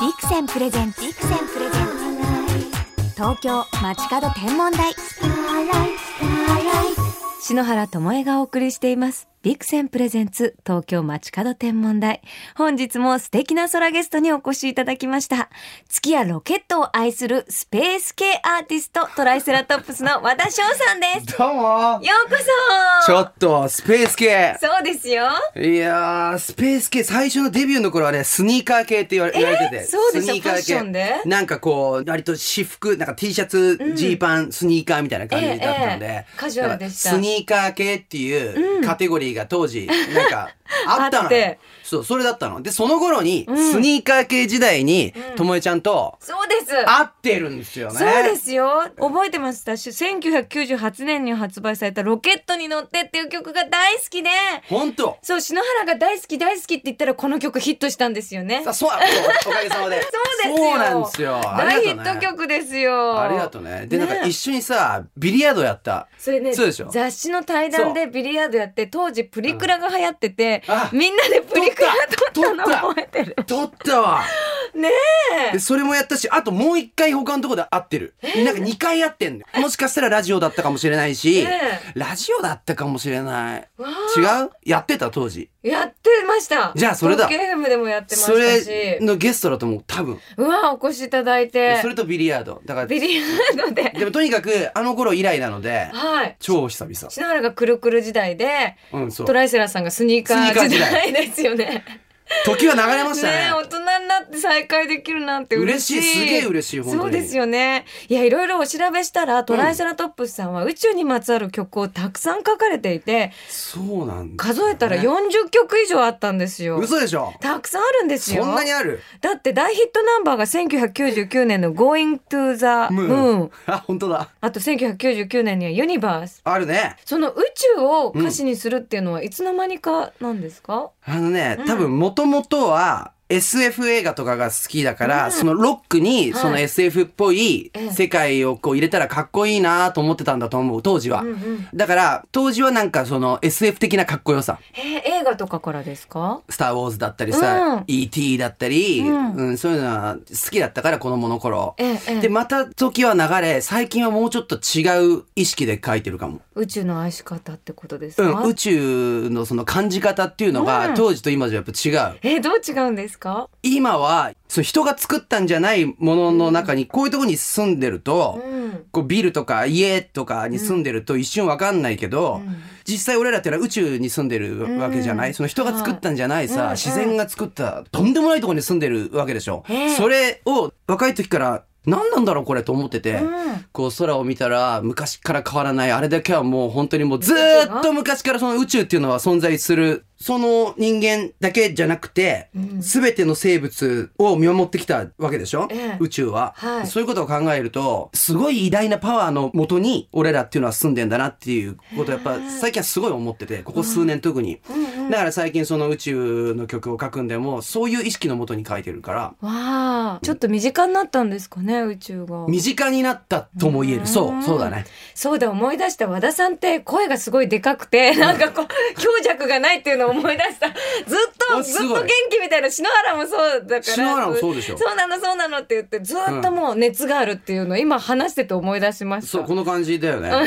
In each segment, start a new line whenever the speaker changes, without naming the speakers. ビクセンプレゼンツ東京街角天文台篠原智恵がお送りしていますビクセンプレゼンツ東京街角天文台本日も素敵な空ゲストにお越しいただきました月やロケットを愛するスペース系アーティストトライセラトップスの和田翔さんです
どうも
ようこそ
ちょっとスペース系
そうですよ
いやースペース系最初のデビューの頃はねスニーカー系って言われ,、言われてて
そうでし
ス
た
ニーカー系
ファッションで
なんかこう割と私服なんか T シャツジーパン、スニーカーみたいな感じだったんで、
ええええカジュアルでした
なんかスニーカー系っていうカテゴリーが当時なんかあった
あっ
のよ
て
そうそれだったのでその頃にスニーカー系時代にともえちゃんと
そうです
会ってるんですよね、
そうですよ覚えてましたし1998年に発売された「ロケットに乗って」っていう曲が大好きで
本当
そう篠原が大好き大好きって言ったらこの曲ヒットしたんですよね
さそうおかげさま で
そうですよ
そうなんですよあり
大ヒ
がとうね
ット曲ですよ
ありがとうね。で、
ね
なんか一緒にさ、ビリヤードやった。
それね
そうでしょ
雑誌の対談でビリヤードやって当時プリクラが流行ってて
うんあ
みんなでプリクラ撮
撮
っ
っ
の
たた撮った
覚えてる
撮ったわ。
ね
で、それもやったし、あともう一回他のとこで会ってる。なんか二回会ってんのよ。もしかしたらラジオだったかもしれないし、
え
ラジオだったかもしれない。
わ
違うやってた当時。
やってました
じゃあそれだ
東京 FM でもやってまし
そ
た
れ
し
のゲストだと思う、多分。
うわお越しいただい
で
て
それとビリヤード。だから、
ビ
で
リヤードで
もとにかくあの頃以来なので、
はい
超久々。
篠原がくるくる時代で
うん、そう
ト。ライセラさんがスニーカ
スニーカ
ー
ー
時
時代
代ですよね。
時は流れました
ね
ね
え。大人になって再会できるなんて嬉しい
嬉しいすげえ嬉しい本当に
そうですよねいやいろいろお調べしたらトライセラトップスさんは宇宙にまつわる曲をたくさん書かれていて
そうなんだ。
数えたら。40曲以上あったんですよ
嘘でしょ
たくさんあるんですよ
そんなにある
だって大ヒットナンバーが1999年の Going to the Moon
あ、本当だ。
あと1999年には Universe
あるね。
その宇宙を歌詞にするっていうのはいつの間にかなんですか、
あのね、多分もともとは SF 映画とかが好きだから、そのロックに
はい
その SF っぽい
ええ
世界をこう入れたらかっこいいなと思ってたんだと思う、当時は。
うんうん
だから、当時はなんかその SF 的なかっこよさ。
えー映画とかからですか
スター・ウォーズだったりさ、
うん
ET だったり、
う
うんんそういうのは好きだったから、子供の頃。
ええええ
で、また時は流れ、最近はもうちょっと違う意識で書いてるかも。
宇宙の愛し方ってことです
う
か、
ん、宇宙のその感じ方っていうのが、
うん
当時と今じゃやっぱ違う。
えーどう違うんですか
今はそう人が作ったんじゃないものの中にこういうとこに住んでると、
うん
こうビルとか家とかに住んでると一瞬わかんないけど、
うん
実際俺らってのは宇宙に住んでるわけじゃない、
うん
その人が作ったんじゃないさ、
はい
自然が作ったとんでもないとこに住んでるわけでしょ。
ええ
それを若い時から何なんだろうこれと思ってて。
うん
こう空を見たら昔から変わらないあれだけはもう本当にもうずーっと昔からその宇宙っていうのは存在するその人間だけじゃなくて、
うん
全ての生物を見守ってきたわけでしょ、
ええ
宇宙は、
はい
そういうことを考えるとすごい偉大なパワーのもとに俺らっていうのは住んでんだなっていうことをやっぱ最近はすごい思っててここ数年特に、だから最近その宇宙の曲を書くんでもそういう意識のもとに書いてるから
わあちょっと身近になったんですかね宇宙が
身近になったとも言える、そうそうだね
そうだ思い出した和田さんって声がすごいでかくてなんかこう強弱がないっていうのを思い出したずっと
あ
ずっ
す
と
ごい
元気みたいな篠原もそうだから
篠原もそうでしょ
そうなのそうなのって言ってずっともう熱があるっていうのを今話してて思い出しました
そうこの感じだよね。そ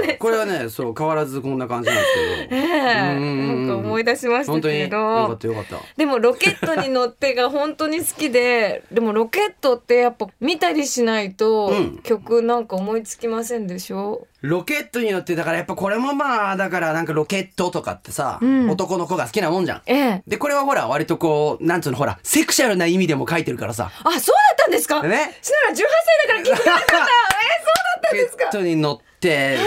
うですこれはね、そう変わらずこんな感じなんですけど。
ええ
う ん
なんか思い出しました
本当に
け
よ
ど
かったよかった。
でもロケットに乗ってが本当に好きで、 でもロケットってやっぱ見たりしないと
うん
曲なんか思いつきませんでしょ、
ロケットによってだからやっぱこれもまあだからなんかロケットとかってさ、
ん
男の子が好きなもんじゃん。
ええ。
でこれはほら割とこうなんつうのほらセクシャルな意味でも書いてるからさ。
あ、そうだったんですか
ね
しなら18歳だから聞いてなかっ た。え
ロケットに乗って、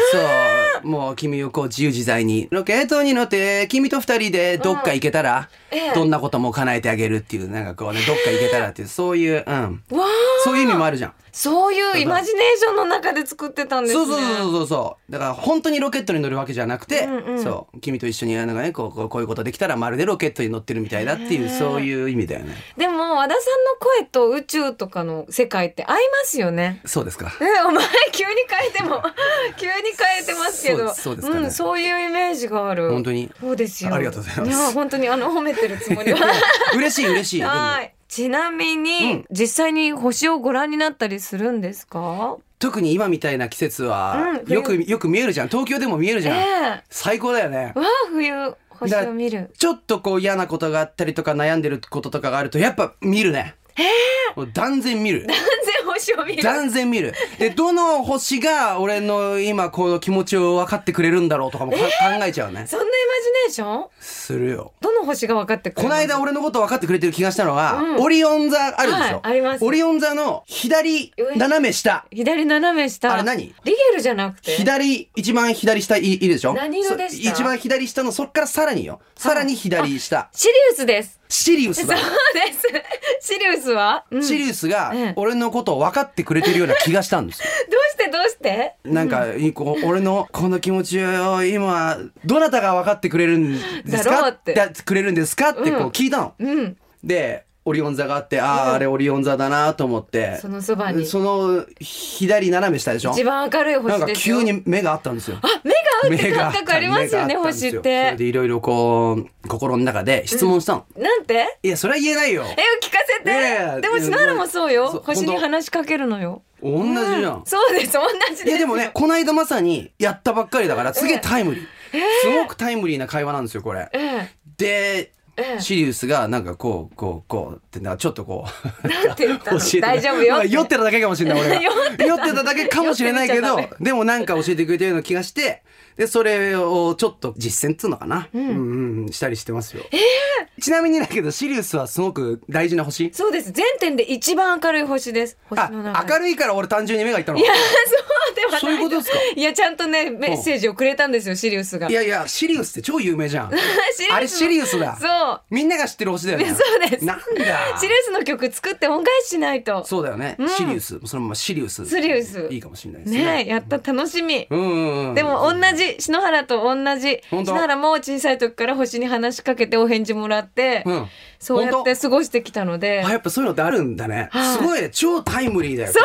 そう、もう君をこう自由自在に。ロケットに乗って、君と二人でどっか行けたら
ええ、
どんなことも叶えてあげるっていう、なんかこうね、どっか行けたらっていう、そういう、うん。
ー、わあ。
そういう意味もあるじゃん。
そういうイマジネーションの中で作ってたんです
そ
ね。
うそうそうそうそうだから本当にロケットに乗るわけじゃなくて、
うんうん
そう君と一緒になんかねこうこうこういうことできたらまるでロケットに乗ってるみたいだっていうそういう意味だよね
でも和田さんの声と宇宙とかの世界って合いますよね。
そうですか
えお前急に変えて も急に変えてますけど
そうそうですかね
ん、そういうイメージがある
本当に
そうですよ
ありがとうございます
や本当にあの褒めてるつもりは
嬉しい嬉しいでも
はいちなみに、
うん
実際に星をご覧になったりするんですか
特に今みたいな季節は
うん
よく、よく見えるじゃん東京でも見えるじ
ええ
ゃん、最高だよね
わあ冬星を見る
ちょっとこう嫌なことがあったりとか悩んでることとかがあるとやっぱ見るねもう断 然見る
完全星を見る
断然見るでどの星が俺の今この気持ちを分かってくれるんだろうとかもか、考えちゃうね
そんなイマジネーション
するよ
どの星が分かってく
こ
る
の間俺のこと分かってくれてる気がしたのは、
うん
オリオン座あるでしょ、
はいあります
オリオン座の左
上
斜め下
左斜め下
あれ何
リゲルじゃなくて
左一番左下いいるでしょ
何色でした
そ一番左下のそっからさらによさらに左下
シリウスです
シリウス
そう
だ
ですシリウスは、うん
シリウスが
ええ
俺のことを分かってくれてるような気がしたんですよ
どうしてどうして
なんか、いいこう俺のこの気持ちを今どなたが分かってくれるんで
だ
す
ろ
か
うって
だくれるんですかってこう聞いたの。
うん
でオリオン座があってああ、あれオリオン座だなと思って
そのそばに
その左斜め下でしょ
一番明るい
なん
星
か
ですよ
急に目があったんですよ。
あ目が合うっ
目
て
が
感覚ありますよね
目があったんです
星っ
それ
て
でいろいろこう心の中で質問したの。
なんて
いやそれは言えないよ。
え聞かせて、
いやいや
でも篠原もそうよ
そう
星に
本当
話しかけるのよ
同じじゃん
うん、そうです同じです
いやでもね、この間まさにやったばっかりだから、すげえタイムリー。すごくタイムリーな会話なんですよ、これ。
ええ
で
ええ、
シリウスがなんかこう、こう、こうって、なんかちょっとこう。
なんて言ったの
教えて
大丈夫よ
なんか酔ってただけかもしれない、俺
酔っ
が。酔ってただけかもしれないけ
酔っ
ど
てみちゃダ、
でもなんか教えてくれてるような気がして、で、それをちょっと実践っつうのかな。うんうん、したりしてますよ。ちなみにだけど、シリウスはすごく大事な星。
そうです全点で一番明るい星です星の中
あ、
で
明るいから俺単純に目がいったの
い。やそうではない
そういうことですか
いやちゃんとねメッセージをくれたんですよシリウスが
いやいや、シリウスって超有名じゃん。
シリウス
あれシリウスだ。
そう
みんなが知ってる星だよね。
そうです
なんだ。
シリウスの曲作って恩返ししないと
そうだよね。シリウス、そのままシリウス。
シリウス
いいかもしれないですね。
ねえやった楽しみ
うんうんうん。
でも同じ篠原と同じ
本
篠
当
原も小さい時から星に話しかけてお返事もらって、
うん
そうやっ
本
て
当
過ごしてきたので
あ、やっぱそういうのってあるんだね。
はい
すごいね超タイムリーだよ。し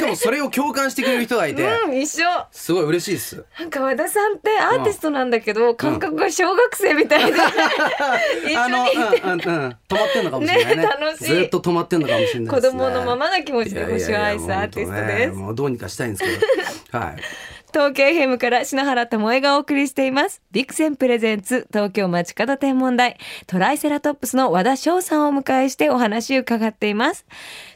かもそれを共感してくれる人がいて、
うん一緒
すごい嬉しいです。
なんか和田さんってアーティストなんだけど、感覚が小学生みた いで、一
あの、うん
緒にいて
うんうん、止まってんのかもしれないね。
ね楽しい
ずっと止まってんのかもしれない
子
ですね。
供のままな気持ち
い
で
やいやい
星を
や。
愛すアーティストです、
もう本当ねもうどうにかしたいんですけ ど。はい。
東京 FM から篠原智恵がお送りしていますビクセンプレゼンツ東京街角天文台トライセラトップスの和田翔さんをお迎えしてお話を伺っています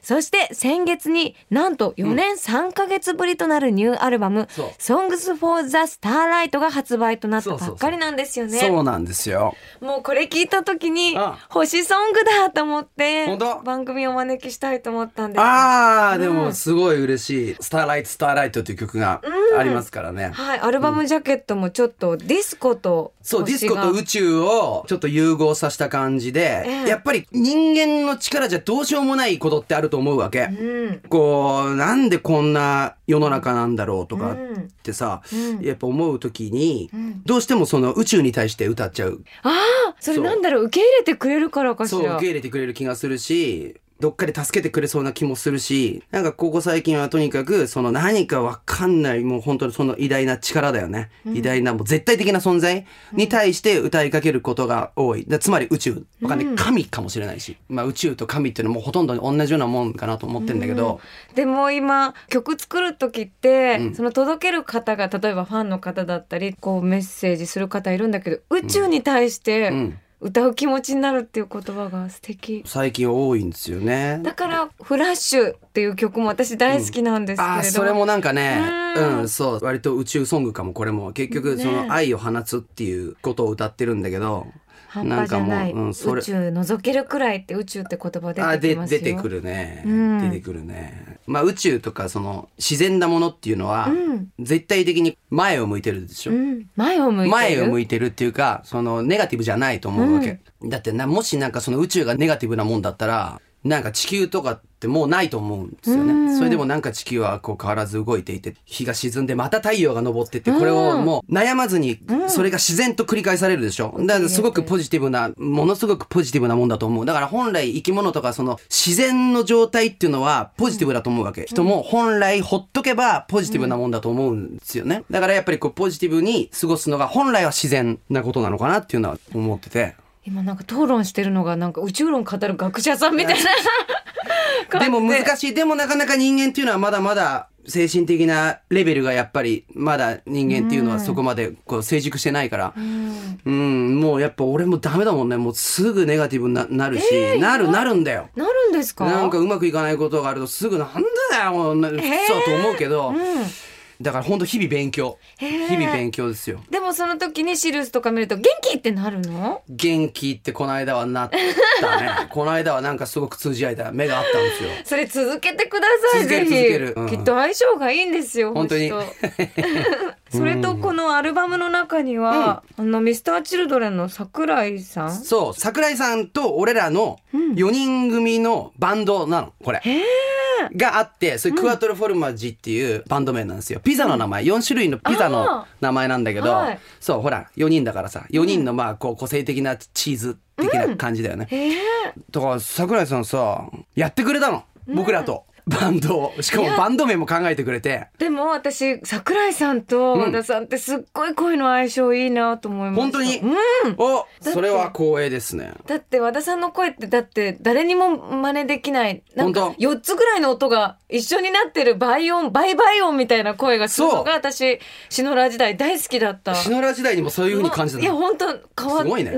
そして先月になんと4年3ヶ月ぶりとなるニューアルバム
そう
「Songs for the Starlight」が発売となった
そうそう
ば
そう
っかりなんですよね
そうなんですよ。
もうこれ聞いた時に
ああ
星ソングだと思って
本当
番組をお招きしたいと思ったんです
ああ、で
う
も
ん
すごい嬉しい「スターライトスターライト」という曲がありますからね。
はい、アルバムジャケットもちょっとディスコと
そうディスコ
星が
と宇宙をちょっと融合させた感じで、
ええ
やっぱり人間の力じゃどうしようもないことってあると思うわ
う
け。
ん
こうなんでこんな世の中なんだろうと
う
かっ
ん
てさ、
うん
やっぱ思う時に、
ん
どうしてもその宇宙に対して歌っちゃう
ああそれ
そう
なんだろう受け入れてくれるからかし
そう受
ら
け入れてくれる気がするしどっかで助けてくれそうな気もするしなんかここ最近はとにかくその何かわかんないもう本当にその偉大な力だよね、偉大なもう絶対的な存在に対して歌いかけることが多いだつまり宇宙わかんない、神かもしれないし、まあ、宇宙と神っていうのはもうほとんど同じようなもんかなと思ってんだけど、
でも今曲作る時って、
うん
その届ける方が例えばファンの方だったりこうメッセージする方いるんだけど宇宙に対し
うん
て歌う気持ちになるっていう言葉が素敵
最近多いんですよね。
だから「フラッシュ」っていう曲も私大好きなんですけれど、
あーそれもなんかね
う
うんん、そう割と宇宙ソングかもこれも結局
ね
その愛を放つっていうことを歌ってるんだけど、
半端じゃない
なんかもううんそれ
宇宙覗けるくらいって宇宙って言葉
あ
出て
で
きますよ
出てくるね、
うん
出てくるねまあ宇宙とかその自然なものっていうのは、
うん
絶対的に前を向いてるでしょ、
うん、前を向いてる
前を向
い
いてるっていうかそのネガティブじゃないと思うわけ、だってなもしなんかその宇宙がネガティブなもんだったらなんか地球とかってもうないと思うんですよね、
うん
それでもなんか地球はこう変わらず動いていて日が沈んでまた太陽が昇ってってこれをもう悩まずにそれが自然と繰り返されるでしょだからすごくポジティブなものすごくポジティブなもんだと思うだから本来生き物とかその自然の状態っていうのはポジティブだと思うわけ人も本来ほっとけばポジティブなもんだと思うんですよねだからやっぱりこうポジティブに過ごすのが本来は自然なことなのかなっていうのは思ってて
今なんか討論してるのがなんか宇宙論語る学者さんみたいな感じ
でも難しい。でもなかなか人間っていうのはまだまだ精神的なレベルがやっぱりまだ人間っていうのはそこまでこう成熟してないから。
うん
うん、もうやっぱ俺もダメだもんね。もうすぐネガティブにななるし、なるなるんだよ。
なるんですか
なんかうまくいかないことがあるとすぐなんでだよ、もう、そうと思うけど
う。ん
だから本当日々勉強。
へ
日
ー
々勉強ですよ。
でもその時にシリウスとか見ると元気ってなるの
元気ってこの間はなった ね。この間はなんかすごく通じ合えた目があったんですよ。
それ続けてください
続
ぜ
ける
ひ
続けるうん
きっと相性がいいんですよ
本当に
星 とそれとこのアルバムの中には、あのミスターチルドレンの桜井さん
そう、桜井さんと俺らの4人組のバンドなの、これ。があって、それクワトルフォルマジっていうバンド名なんですよ。ピザの名前、4種類のピザの
あ
名前なんだけど、
はい
そう、ほら、4人だからさ、4人のまあ、こう、個性的なチーズ的な感じだよね。
ええ
だから、桜井さんさ、やってくれたの。僕らと。バンドを。しかもバンド名も考えてくれて。
でも私桜井さんと和田さんってすっごい恋の相性いいなと思いました
本当に
うん
お
て
それは光栄ですね。
だって和田さんの声ってだって誰にも真似できないなんか
本当
4つぐらいの音が一緒になってる倍音倍倍音みたいな声がするのが
そ
私篠原時代大好きだった
篠原時代にもそういう風に感じた
いや
の。
本当変わっ
すごいね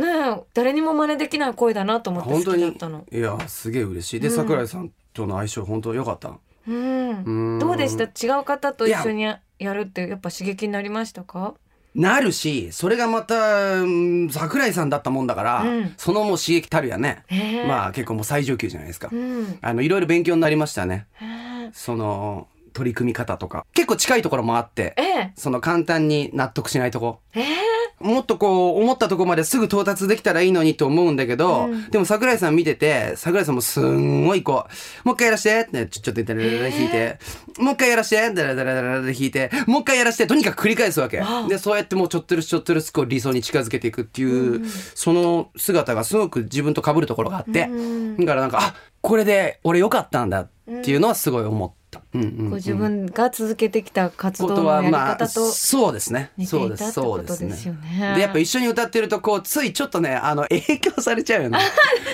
誰にも真似できない声だなと思っ
本
て好
当
き
に
だったの
いやすげえ嬉しいで桜井さんとの相性本当良かった
うん
うん
どうでした違う方と一緒
い
にやるってやっぱ刺激になりましたか
なるしそれがまたうん桜井さんだったもんだから、
うん
そのもう刺激たるやね、
へえ
まあ結構もう最上級じゃないですか、
うん
あのいろいろ勉強になりましたね
へえ
その取り組み方とか結構近いところもあって
ええ
その簡単に納得しないとこ
ええ
もっとこう思ったとこまですぐ到達できたらいいのにと思うんだけど、
うん
でも桜井さん見てて桜井さんもすんごいこう「もう一回やらして」ってちょちょっとダラダラ弾いて「もう一回やらして」ダラダラダラで弾いて「もう一回やらして」とにかく繰り返すわけ
わお
でそうやってもうちょっとずつちょっとずつこう理想に近づけていくっていう、その姿がすごく自分と被るところがあって、
うん
だからなんか「あこれで俺良かったんだ」っていうのはすごい思った。うんうんうん
ご自分が続けてきた活
こ
動
と
のや
は
り
まあ
方と
そうですね
似て
そう
い
で
た
す
って
そ
こ
うで
と
す
で
ね
すよね。
でやっぱ一緒に歌ってるとこうついちょっとねあの 影響されちゃうよね。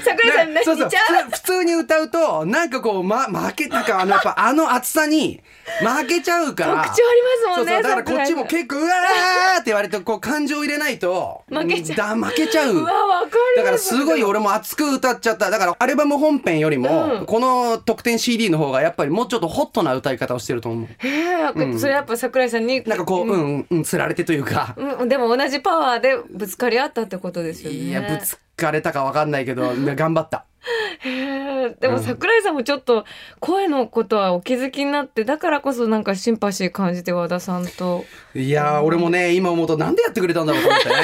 桜井さん泣
そうそう
いちゃう。
普通普通に歌うとなんかこう、ま、負けなんかあのやっぱあの厚さに負けちゃ うから
特徴ありますもんね
そうそうだからこっちも
桜
結構うわーって割とこう感情入れないと
負けち
ゃう負けちゃう
うわわかる。
だからすごい俺も熱く歌っちゃっただからアルバム本編よりも、
うん
この特典 CD の方がやっぱりもうちょっとホットな歌い方をしてると思う
へえそれやっぱ桜井さんに
なんかこううんうん、うん、つられてというか
うんでも同じパワーでぶつかり合ったってことですよね。
いやぶつかれたかわかんない けど頑張った
へえでも桜井さんもちょっと声のことはお気づきになってだからこそなんかシンパシー感じて和田さんと。
いやー俺もね今思うとなんでやってくれたんだろうと思っ てね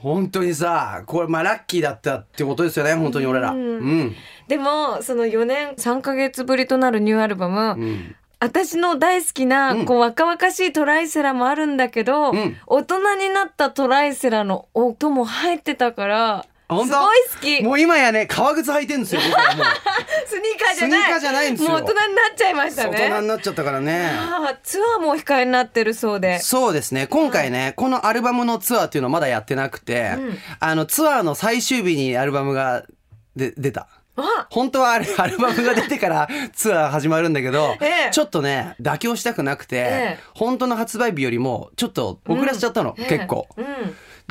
本当にさこれまあラッキーだったってことですよね本当に俺ら
う
うんん、
でもその4年3ヶ月ぶりとなるニューアルバム、
うん
私の大好きな、
うん
こう若々しいトライセラもあるんだけど、
うん
大人になったトライセラの音も入ってたからすご
本
い
当
好きスニー
もう今やね革靴履いてるんですよ僕 はもう
カーじゃない
スニーカーじゃないんですよ
もう大人になっちゃいました
大人に
ね
なっちゃったからね
ああツアーもお控えになってるそうで
そうですね今回ね、このアルバムのツアーっていうのはまだやってなくて、
うん
あのツアーの最終日にアルバムがで出た
あ
本 当はあれアルバムが出てからツアー始まるんだけど、
ええ
ちょっとね妥協したくなくて、
ええ
本当の発売日よりもちょっと遅らせちゃったの、
ねえ
結構、
うん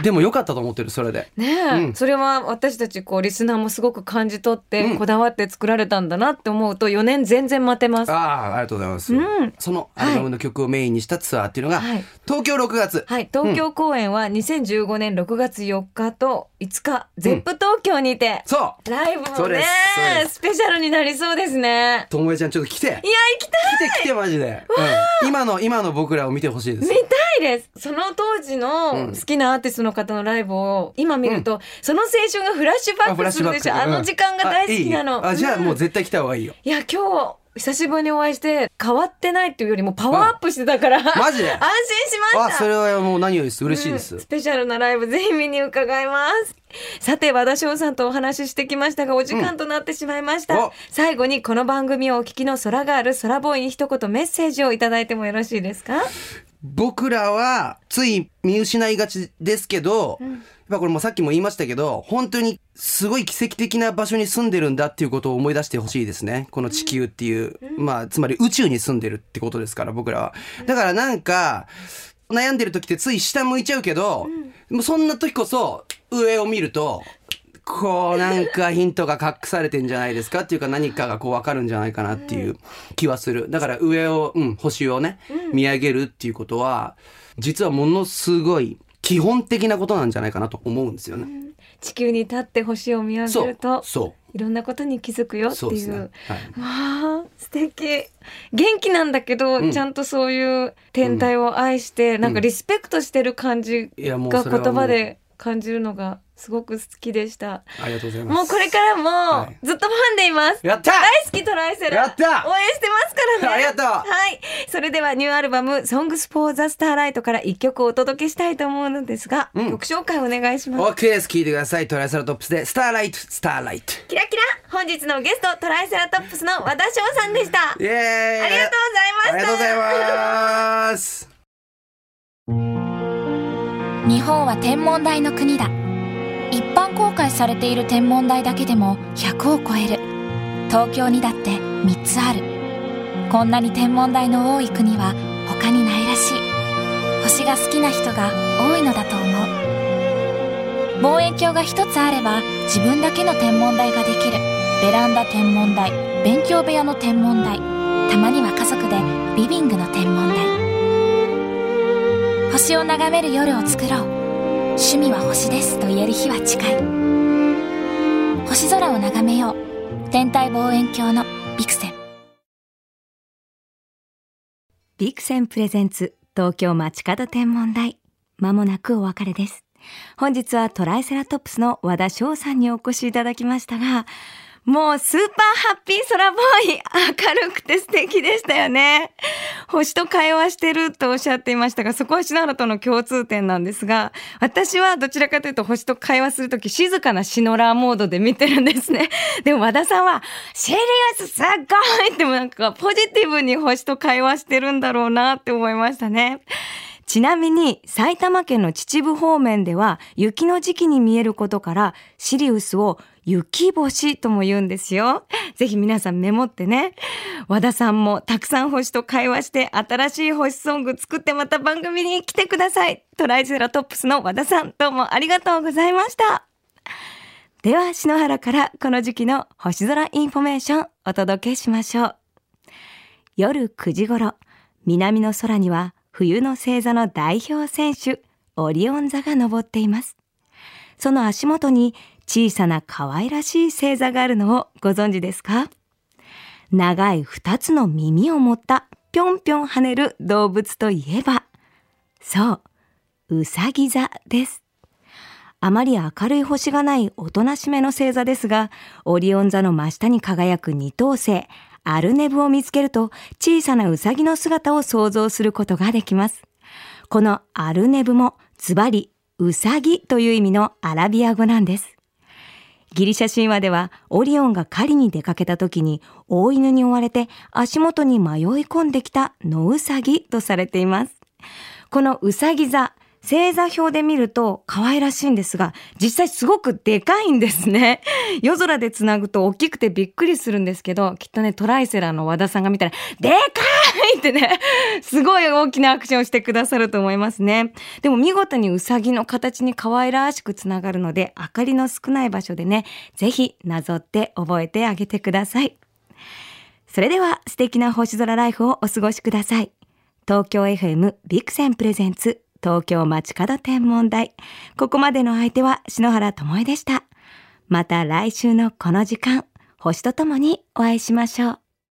でも良かったと思ってるそれで
ねえ、
うん
それは私たちこうリスナーもすごく感じ取って、こだわって作られたんだなって思うと4年全然待てます
ああありがとうございます、
うん
そのアルバムの曲をメインにしたツアーっていうのが、
はい
東京6月、
はい、東京公演は2015年6月4日と5日、ゼップ東京にて、
そう
ライブも
そう
ね
ですそうで
スペシャルになりそうですね
ともえちゃんちょっと来て
いや行きたい
来て来てマジで、うん今の今の僕らを見てほしいで
見
す
たいですその当時の好きなアーティストの方のライブを今見ると、その青春がフラッシュバッ
あフ
ク
ラッ
す
シ
る
ュバ
で
ッ
し
ク
ょあの時間が大好きなの
あいいあじゃあもう
い
絶対来た方がいいよ、
や今日久しぶりにお会いして変わってないっていうよりもパワーアップしてたから、
マジ
安心し
で
ま
あ
した
それはもう何よりです嬉しいで
うん
す
ス、ペシャルなライブぜひ見に伺いますさて和田翔さんとお話ししてきましたがお時間となってしまいました、
うんお
最後にこの番組をお聞きの空がある空ボーイに一言メッセージをいただいてもよろしいですか
僕らはつい見失いがちですけど、やっぱこれもさっきも言いましたけど、本当にすごい奇跡的な場所に住んでるんだっていうことを思い出してほしいですね。この地球っていう、まあ、つまり宇宙に住んでるってことですから、僕らは。だからなんか、悩んでる時ってつい下向いちゃうけど、もうそんな時こそ上を見ると、こうなんかヒントが隠されてんじゃないですかっていうか何かがこう分かるんじゃないかなっていう気はする。だから上を、うん、星をね、見上げるっていうことは、実はものすごい基本的なことなんじゃないかなと思うんですよね。
地球に立って星を見上げ
そ
る
う
と、
そ
いろんなことに気づくよっ
う、
て
そうです
い
ね。
う。
はい
わあ素敵元気なんだけど、
うん
ちゃんとそういう天体を愛して、なんかリスペクトしてる感じ
いやもう
が
それはも
言
う
葉で感じるのがすごく好きでした
ありがとうございます。
もうこれから
は
も
い
ずっとファンでいます、
やった
大好きトライセラ
やった
応援してますからね
ありがとう
はいそれではニューアルバム「Songs for the Starlight」から一曲お届けしたいと思うのですが、
うん
曲紹介お願いします
OK です。聞いてください。トライサラトップスで、スターライト、スターライト。
キラキラ本日のゲストトライセラトップスの和田翔さんでした
イエーイ
ありがとうございました
ありがとうございます。
日本は天文台の国だ一般公開されている天文台だけでも100を超える東京にだって3つあるこんなに天文台の多い国は他にないらしい星が好きな人が多いのだと思う望遠鏡が一つあれば自分だけの天文台ができるベランダ天文台勉強部屋の天文台たまには家族でリビングの天文台星を眺める夜を作ろう趣味は星ですと言える日は近い星空を眺めよう天体望遠鏡のビクセン
ビクセンプレゼンツ東京街角天文台まもなくお別れです本日はトライセラトップスの和田翔さんにお越しいただきましたがもうスーパーハッピー空ボーイ明るくて素敵でしたよね星と会話してるとおっしゃっていましたがそこは篠原との共通点なんですが私はどちらかというと星と会話するとき静かなシノラーモードで見てるんですねでも和田さんは「シリアスすっごい!」ってもなんかポジティブに星と会話してるんだろうなって思いましたね。ちなみに埼玉県の秩父方面では雪の時期に見えることからシリウスを雪星とも言うんですよ。ぜひ皆さんメモってね。和田さんもたくさん星と会話して新しい星ソング作ってまた番組に来てください。トライゼラトップスの和田さんどうもありがとうございました。では篠原からこの時期の星空インフォメーションお届けしましょう夜9時頃南の空には冬の星座の代表選手オリオン座が昇っていますその足元に小さな可愛らしい星座があるのをご存知ですか長い2つの耳を持ったぴょんぴょん跳ねる動物といえばそううさぎ座ですあまり明るい星がないおとなしめの星座ですが、オリオン座の真下に輝く二等星、アルネブを見つけると、小さなウサギの姿を想像することができます。このアルネブも、ズバリ、ウサギという意味のアラビア語なんです。ギリシャ神話では、オリオンが狩りに出かけた時に、大犬に追われて足元に迷い込んできた野ウサギとされています。このうさぎ座、星座表で見ると可愛らしいんですが、実際すごくでかいんですね。 夜空でつなぐと大きくてびっくりするんですけど、きっとね、トライセラーの和田さんが見たら、でかいってね、 すごい大きなアクションをしてくださると思いますね。でも見事にうさぎの形に可愛らしくつながるので、明かりの少ない場所でね、ぜひなぞって覚えてあげてください。それでは素敵な星空ライフをお過ごしください。東京 FM ビクセンプレゼンツ東京街角天文台。ここまでの相手は篠原智恵でした。また来週のこの時間、星とともにお会いしましょう。